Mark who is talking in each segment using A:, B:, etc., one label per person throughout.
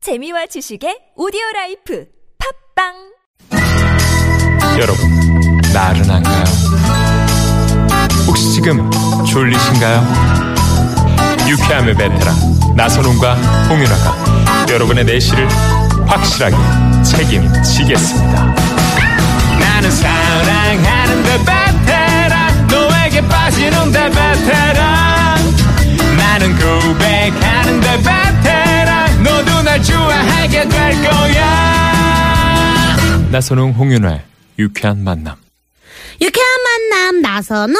A: 재미와 지식의 오디오 라이프 팝빵
B: 여러분, 나른한가요? 혹시 지금 졸리신가요? 유쾌함의 베테랑 나선홍과 홍윤아가 여러분의 내실을 확실하게 책임지겠습니다. 나는 사랑하는데 그 베테랑 너에게 빠지는데 베테랑 나는 고백하는데 그 베테랑 너도 날 좋아하게 될 거야. 나선홍 홍윤아의 유쾌한 만남.
C: 유쾌한 만남 나선홍.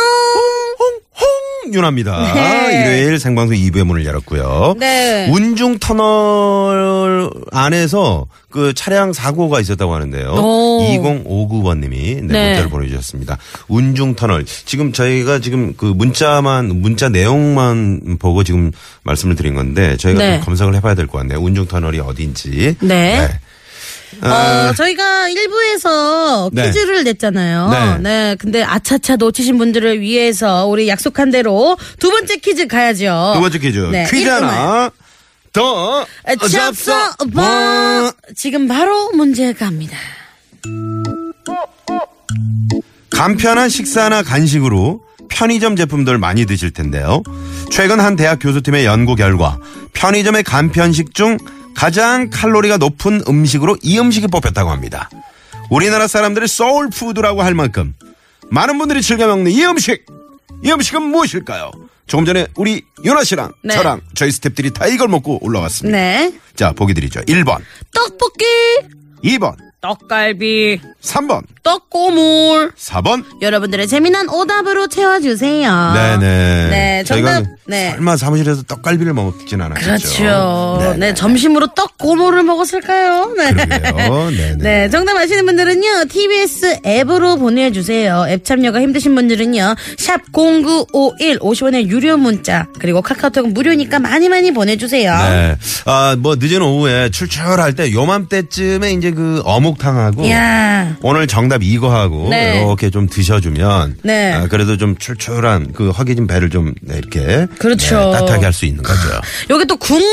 D: 윤아입니다.
C: 네.
D: 일요일 생방송 2부의 문을 열었고요.
C: 네.
D: 운중 터널 안에서 그 차량 사고가 있었다고 하는데요.
C: 오.
D: 2059번님이 네,
C: 네.
D: 문자를 보내주셨습니다. 운중 터널 지금 저희가 지금 그 문자만 문자 내용만 보고 지금 말씀을 드린 건데 저희가
C: 네.
D: 좀 검색을 해봐야 될 것 같네요. 운중 터널이 어디인지.
C: 네.
D: 아,
C: 어, 저희가 1부에서
D: 네.
C: 퀴즈를 냈잖아요.
D: 네.
C: 근데 아차차 놓치신 분들을 위해서 우리 약속한 대로 두 번째 퀴즈 가야죠.
D: 두 번째 퀴즈
C: 네,
D: 퀴즈
C: 이름을. 아,
D: 하나 더
C: 잡서
D: 뭐.
C: 봐. 지금 바로 문제 갑니다.
D: 간편한 식사나 간식으로 편의점 제품들 많이 드실 텐데요. 최근 한 대학 교수팀의 연구 결과 편의점의 간편식 중 가장 칼로리가 높은 음식으로 이 음식이 뽑혔다고 합니다. 우리나라 사람들이 소울푸드라고 할 만큼 많은 분들이 즐겨 먹는 이 음식! 이 음식은 무엇일까요? 조금 전에 우리 윤아 씨랑
C: 네.
D: 저랑 저희 스탭들이 다 이걸 먹고 올라왔습니다.
C: 네.
D: 자, 보기 드리죠. 1번,
C: 떡볶이,
D: 2번,
C: 떡갈비,
D: 3번,
C: 떡고물.
D: 4번,
C: 여러분들의 재미난 오답으로 채워주세요.
D: 네네.
C: 네,
D: 저희가
C: 정답, 네.
D: 설마 사무실에서 떡갈비를 먹진 않았겠죠.
C: 그렇죠. 네,
D: 네네.
C: 점심으로 떡 고모를 먹었을까요? 네.
D: 그러게요. 네네.
C: 네, 정답 아시는 분들은요, TBS 앱으로 보내주세요. 앱 참여가 힘드신 분들은요, 샵0951, 50원의 유료 문자, 그리고 카카오톡은 무료니까 많이 많이 보내주세요.
D: 네. 아, 뭐 늦은 오후에 출출할 때 요맘때쯤에 이제 그 어묵탕하고
C: 이야.
D: 오늘 정답 이거하고
C: 네.
D: 이렇게 좀 드셔주면
C: 네.
D: 아, 그래도 좀 출출한 그 허기진 배를 좀 네, 이렇게
C: 그렇죠.
D: 네, 따뜻하게 할 수 있는 거죠.
C: 여기 또 국물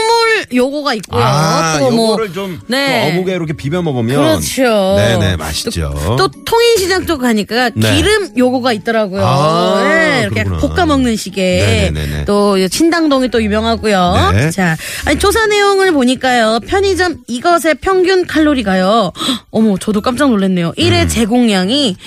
C: 요거가 있고요.
D: 아,
C: 또 뭐,
D: 요거를 좀
C: 네.
D: 어묵에 이렇게 비벼 먹으면
C: 그렇죠.
D: 네네 맛있죠.
C: 또 통일시장 쪽 가니까
D: 네.
C: 기름 요거가 있더라고요.
D: 아,
C: 네, 이렇게
D: 그렇구나.
C: 볶아 먹는 식에
D: 네네네네.
C: 또 신당동이 또 유명하고요.
D: 네.
C: 자, 아니, 조사 내용을 보니까요. 편의점 이것의 평균 칼로리가요. 헉, 어머, 저도 깜짝 놀랐네요.
D: 음.
C: 1회 제공량이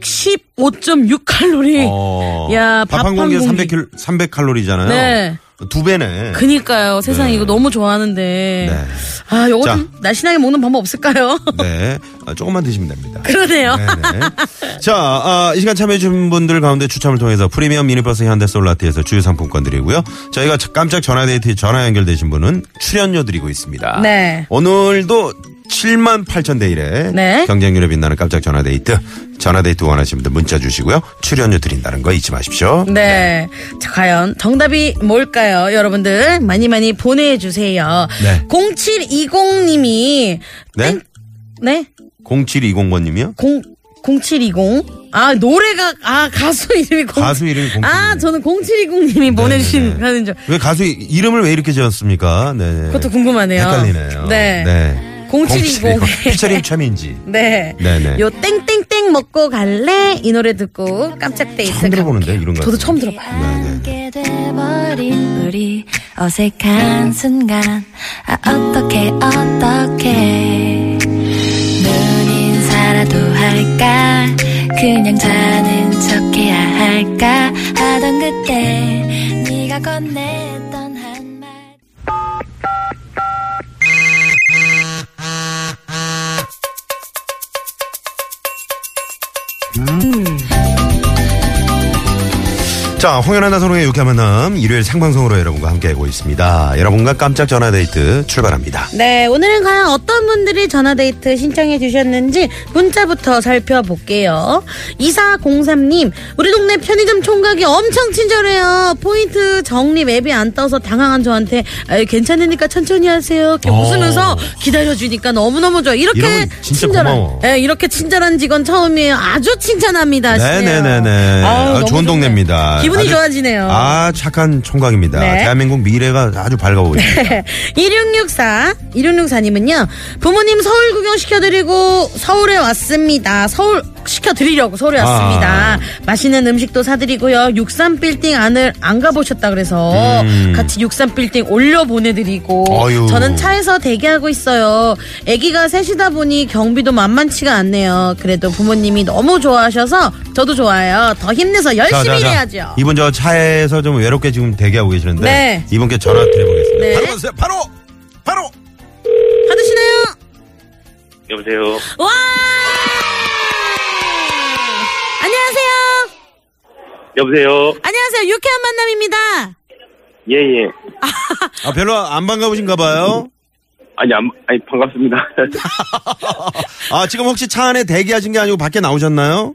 C: 615.6 칼로리.
D: 어,
C: 야, 밥
D: 밥한
C: 한
D: 공기에
C: 공기.
D: 300, 300칼로리잖아요.
C: 네.
D: 두 배네.
C: 그니까요. 세상 에 이거 너무 좋아하는데.
D: 네.
C: 아, 요거
D: 자.
C: 좀 날씬하게 먹는 방법 없을까요?
D: 네. 아, 조금만 드시면 됩니다.
C: 그러네요.
D: 네네. 자, 아, 이 시간 참여해주신 분들 가운데 추첨을 통해서 프리미엄 미니버스 현대 솔라티에서 주유 상품권 드리고요. 저희가 깜짝 전화데이트 전화 연결되신 분은 출연료 드리고 있습니다.
C: 네.
D: 오늘도 7만 8천 대 1에
C: 네.
D: 경쟁률에 빛나는 깜짝 전화데이트 전화데이트 원하시는 분들 문자 주시고요. 출연료 드린다는 거 잊지 마십시오.
C: 네. 자, 과연 정답이 뭘까요? 여러분들 많이 많이 보내주세요.
D: 네.
C: 0720님이
D: 네?
C: 네?
D: 0720번님이요?
C: 0 0720. 아, 노래가, 아, 가수 이름이 공-
D: 가수 이름이 0720.
C: 아, 저는 0720님이 보내주신,
D: 네네네.
C: 하는 줄.
D: 왜 가수 이- 이름을 왜 이렇게 지었습니까? 네.
C: 그것도 궁금하네요.
D: 헷갈리네요.
C: 네. 0720.
D: 0720. 피처링 최민지.
C: 네.
D: 네네.
C: 요 땡땡땡 먹고 갈래? 이 노래 듣고 깜짝 데이트.
D: 처음 들어보는데, 이런 거. 네.
C: 저도 처음 들어봐요.
E: 함께 돼버린 우리 어색한 순간 아 어떻게 어떻게 눈 인사라도 할까 그냥 자는 척해야 할까 하던 그때 네가 건넸던 한말
D: 자, 홍연한 나선홍의 유쾌한 만남 일요일 생방송으로 여러분과 함께하고 있습니다. 여러분과 깜짝 전화데이트 출발합니다.
C: 네, 오늘은 과연 어떤 분들이 전화데이트 신청해 주셨는지 문자부터 살펴볼게요. 2403님, 우리 동네 편의점 총각이 엄청 친절해요. 포인트 적립 앱이 안 떠서 당황한 저한테 아이, 괜찮으니까 천천히 하세요. 이렇게
D: 어.
C: 웃으면서 기다려주니까 너무너무 좋아. 이렇게
D: 이러면 진짜
C: 친절한,
D: 고마워.
C: 예, 이렇게 친절한 직원 처음이에요. 아주 칭찬합니다. 하시네요.
D: 네네네네.
C: 아우,
D: 아,
C: 너무
D: 좋은
C: 좋네.
D: 동네입니다.
C: 기분이
D: 아주-
C: 좋아지네요.
D: 아, 착한 총각입니다.
C: 네.
D: 대한민국 미래가 아주 밝아 보입니다.
C: 1664, 1664님은요, 네. 부모님 서울 구경 시켜드리고 서울에 왔습니다. 서울 시켜드리려고 서울에
D: 아.
C: 왔습니다. 맛있는 음식도 사드리고요. 63빌딩 안을 안 가보셨다 그래서
D: 음.
C: 같이 63빌딩 올려 보내드리고,
D: 어휴.
C: 저는 차에서 대기하고 있어요. 아기가 셋이다 보니 경비도 만만치가 않네요. 그래도 부모님이 너무 좋아하셔서 저도 좋아요. 더 힘내서 열심히 일해야죠.
D: 이분 저 차에서 좀 외롭게 지금 대기하고 계시는데
C: 네.
D: 이분께 전화 드려보겠습니다.
C: 네.
D: 바로 가세요. 바로 바로
C: 받으시나요?
F: 여보세요.
C: 와! 안녕하세요.
F: 여보세요.
C: 안녕하세요. 유쾌한 만남입니다.
F: 예, 예.
D: 아, 별로 안 반가우신가 봐요.
F: 아니, 안, 아니, 반갑습니다.
D: 아, 지금 혹시 차 안에 대기하신 게 아니고 밖에 나오셨나요?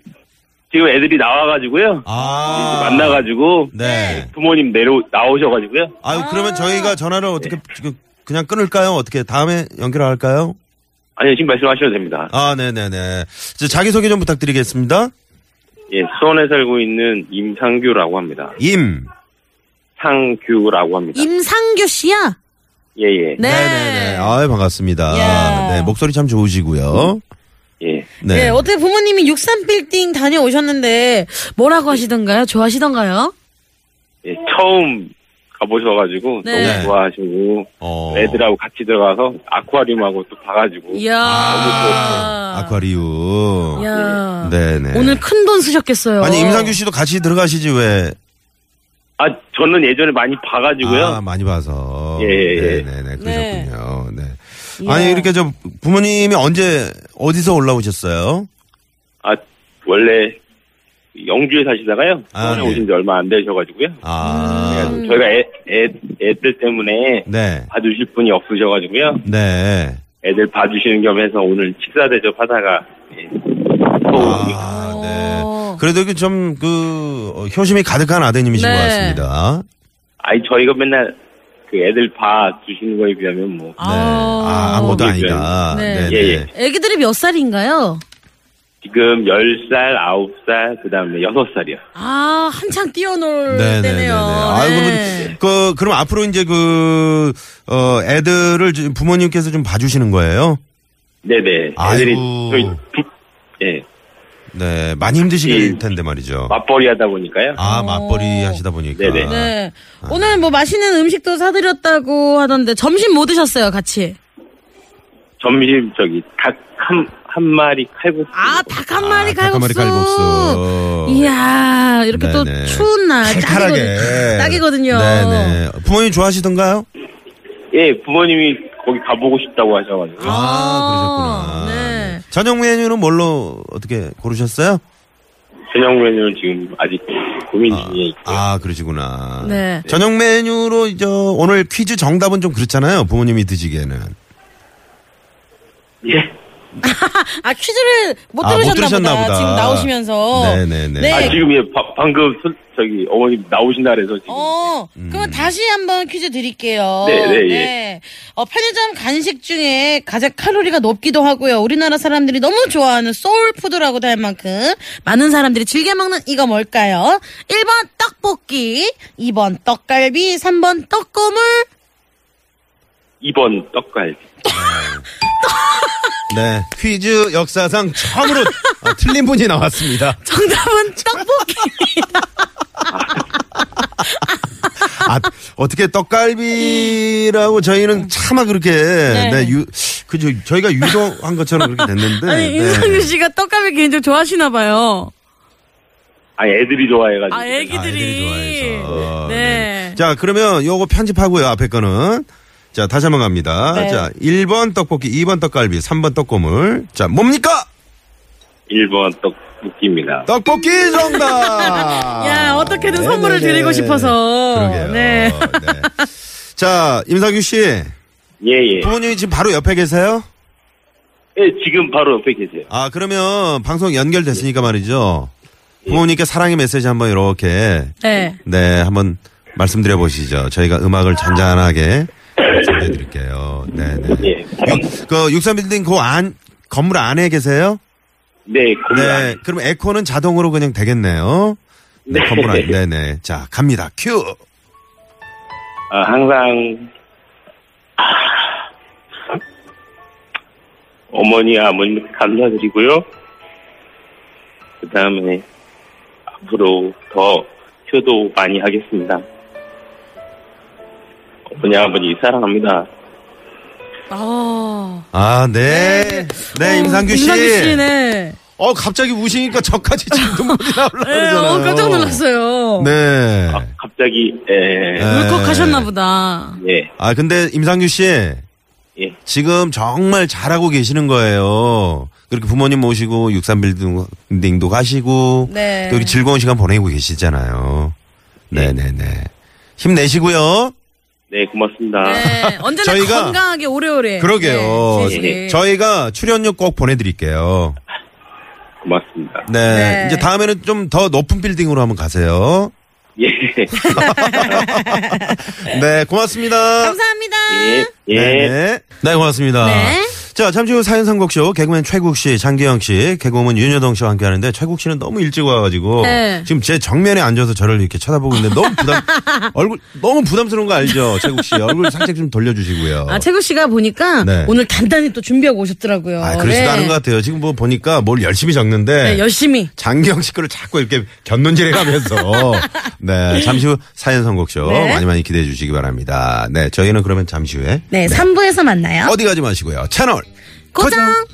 F: 지금 애들이 나와가지고요.
D: 아.
F: 만나가지고.
D: 네.
F: 부모님 내려, 나오셔가지고요.
D: 아유, 그러면 저희가 전화를 어떻게 지금 그냥 끊을까요? 어떻게 다음에 연결할까요?
F: 아니요, 지금 말씀하셔도 됩니다.
D: 아, 네네네. 자, 자기소개 좀 부탁드리겠습니다.
F: 예, 수원에 살고 있는 임상규라고 합니다.
D: 임.
F: 상규라고 합니다.
C: 임상규 씨요?
F: 예, 예.
C: 네.
D: 네네네. 아유, 반갑습니다.
C: 야.
D: 네, 목소리 참 좋으시고요.
F: 예.
D: 네.
C: 네, 어떻게 부모님이 63빌딩 다녀오셨는데 뭐라고 하시던가요? 좋아하시던가요?
F: 예, 처음 가보셔가지고.
C: 네.
D: 네.
F: 너무 좋아하시고.
D: 어.
F: 애들하고 같이 들어가서 아쿠아리움하고 또 봐가지고.
C: 이야.
D: 아, 아쿠아리움.
C: 이야.
D: 네네.
C: 오늘 큰 돈 쓰셨겠어요.
D: 아니, 임상규 씨도 같이 들어가시지 왜?
F: 아, 저는 예전에 많이 봐가지고요.
D: 아, 많이 봐서.
F: 예, 예, 예.
C: 네.
D: 네네네. 그러셨군요. 네.
C: 이야.
D: 아니, 이렇게 저 부모님이 언제, 어디서 올라오셨어요?
F: 아, 원래 영주에 사시다가요.
D: 아,
F: 서울에
D: 예.
F: 오신 지 얼마 안 되셔가지고요.
D: 아.
F: 저희가 애, 애, 애들 때문에
D: 네.
F: 봐주실 분이 없으셔가지고요.
D: 네.
F: 애들 봐주시는 겸 해서 오늘 식사 대접하다가 예.
D: 아, 네. 그래도 이게 좀, 그, 어, 효심이 가득한 아드님이신
C: 어. 네.
D: 것 같습니다.
F: 아니 저희가 맨날 그 애들 봐주시는 거에 비하면 뭐
D: 네. 아, 아무것도 아니다.
C: 네.
D: 네.
F: 예,
D: 네.
F: 예.
C: 애기들이 몇 살인가요?
F: 지금 10살, 9살, 그 다음에 6살이요.
C: 아, 한창 뛰어놀
D: 네, 네, 네, 네.
C: 때네요.
D: 아,
C: 네.
D: 그러면 그 그럼 앞으로 이제 그 어, 애들을 지금 부모님께서 좀 봐주시는 거예요?
F: 네네. 애들이
D: 아이고.
F: 저희 부- 예,
D: 네, 많이 힘드실
F: 예.
D: 텐데 말이죠.
F: 맞벌이 하다 보니까요.
D: 아, 맞벌이 하시다 보니까.
F: 어. 네네.
C: 네.
D: 아.
C: 오늘 뭐 맛있는 음식도 사드렸다고 하던데 점심 뭐 드셨어요, 같이?
F: 점심 저기 닭 한 한 마리 칼국수.
C: 아, 닭 한 마리
D: 아, 닭
C: 칼국수.
D: 한 마리 칼국수.
C: 이야, 이렇게
D: 네네.
C: 또 추운 날
D: 칼칼하게.
C: 딱이거든- 딱이거든요.
D: 네네. 부모님 좋아하시던가요?
F: 예, 부모님이 거기 가보고 싶다고 하셔가지고.
D: 아,
C: 아,
D: 그러셨구나.
C: 네.
D: 네. 저녁 메뉴는 뭘로 어떻게 고르셨어요?
F: 저녁 메뉴는 지금 아직 고민 중에 있고요.
D: 아, 그러시구나.
C: 네.
D: 저녁 메뉴로 저 오늘 퀴즈 정답은 좀 그렇잖아요. 부모님이 드시기에는.
F: 예.
C: 아, 퀴즈를 못
D: 아, 못
C: 들으셨나,
D: 들으셨나
C: 보다.
D: 보다.
C: 지금 나오시면서.
D: 네네네.
C: 네.
F: 아, 지금 예, 바- 방금 소- 저기 어머님 나오신다 그래서 지금.
C: 어,
D: 음.
C: 그러면 다시 한번 퀴즈 드릴게요.
F: 네, 네, 예.
C: 어, 편의점 간식 중에 가장 칼로리가 높기도 하고요. 우리나라 사람들이 너무 좋아하는 소울푸드라고도 할 만큼 많은 사람들이 즐겨 먹는 이거 뭘까요? 1번 떡볶이, 2번 떡갈비, 3번 떡고물.
F: 2번 떡갈비.
D: 네. 퀴즈 역사상 처음으로 아, 틀린 분이 나왔습니다.
C: 정답은 떡볶이.
D: 아, 어떻게 떡갈비라고
C: 음.
D: 저희는 차마 그렇게 네, 유, 그죠 저희가 유도한 것처럼 그렇게 됐는데.
C: 아니,
D: 네.
C: 인상규 씨가 떡갈비 개인적으로 좋아하시나 봐요.
F: 아, 애들이 좋아해가지고.
C: 아,
D: 아, 애들이
C: 애기들이.
D: 좋아해서.
C: 네.
D: 자, 그러면 요거 편집하고요. 앞에 거는. 자, 다시 한번 갑니다.
C: 네.
D: 자, 1번 떡볶이, 2번 떡갈비, 3번 떡고물. 자, 뭡니까?
F: 1번 떡볶이입니다.
D: 떡볶이 정답!
C: 야, 어떻게든 선물을
D: 네. 네네네.
C: 드리고 싶어서.
D: 그러게요.
C: 네.
D: 네. 자, 임상규 씨.
F: 예, 예.
D: 부모님이 지금 바로 옆에 계세요?
F: 예, 지금 바로 옆에 계세요.
D: 아, 그러면 방송 연결됐으니까 말이죠. 부모님께 사랑의 메시지 한번 이렇게,
C: 네.
D: 네, 한번 말씀드려 보시죠. 저희가 음악을 잔잔하게 전해 드릴게요. 네, 네.
F: 예.
D: 육- 그 63빌딩 그 안, 건물 안에 계세요?
F: 네, 고민.
D: 네. 그럼 에코는 자동으로 그냥 되겠네요. 네, 컴플 아니, 네네. 자, 갑니다. 큐!
F: 어, 항상 아, 어머니 아버님 감사드리고요. 그 다음에 앞으로 더 효도 많이 하겠습니다. 어머니 아버님 사랑합니다.
C: 아.
D: 아, 네. 네,
C: 어,
D: 임상규 씨.
C: 임상규 씨네.
D: 어, 갑자기 우시니까 저까지 지금 눈물이 나오려고
C: 네,
D: 그러잖아요.
C: 어, 깜짝 놀랐어요.
D: 네.
F: 아, 갑자기 예,
C: 아.
D: 네.
C: 울컥하셨나 보다.
F: 예,
D: 아, 근데 임상규 씨.
F: 예.
D: 지금 정말 잘하고 계시는 거예요. 그렇게 부모님 모시고 육삼 빌딩도 가시고
C: 네.
D: 또 이렇게 즐거운 시간 보내고 계시잖아요. 네, 네, 네. 힘내시고요.
F: 네 고맙습니다.
C: 네, 언제나
D: 저희가-
C: 건강하게 오래오래.
D: 그러게요.
C: 네, 진실이.
D: 저희가 출연료 꼭 보내드릴게요.
F: 고맙습니다.
D: 네.
C: 네.
D: 이제 다음에는 좀 더 높은 빌딩으로 한번 가세요.
F: 예,
D: 네, 고맙습니다.
C: 감사합니다.
F: 예, 예.
D: 네, 네. 네, 고맙습니다.
C: 네.
D: 자, 잠시 후 사연 선곡쇼 개그맨 최국 씨, 장기영 씨, 개그우먼 윤여동 씨와 함께 하는데 최국 씨는 너무 일찍 와가지고
C: 네.
D: 지금 제 정면에 앉아서 저를 이렇게 쳐다보고 있는데 너무 부담, 얼굴 너무 부담스러운 거 알죠? 최국 씨 얼굴 살짝 좀 돌려주시고요.
C: 아, 최국 씨가 보니까
D: 네.
C: 오늘 단단히 또 준비하고 오셨더라고요.
D: 아, 그러지도
C: 네.
D: 않은 것 같아요. 지금 뭐 보니까 뭘 열심히
C: 네,
D: 적는데
C: 열심히.
D: 장기영 씨 거를 자꾸 이렇게 견눈질해 가면서 네 잠시 후 사연 선곡쇼
C: 네.
D: 많이 많이 기대해 주시기 바랍니다. 네 저희는 그러면 잠시 후에
C: 네, 3부에서 만나요.
D: 어디 가지 어, 마시고요 채널
C: 고정.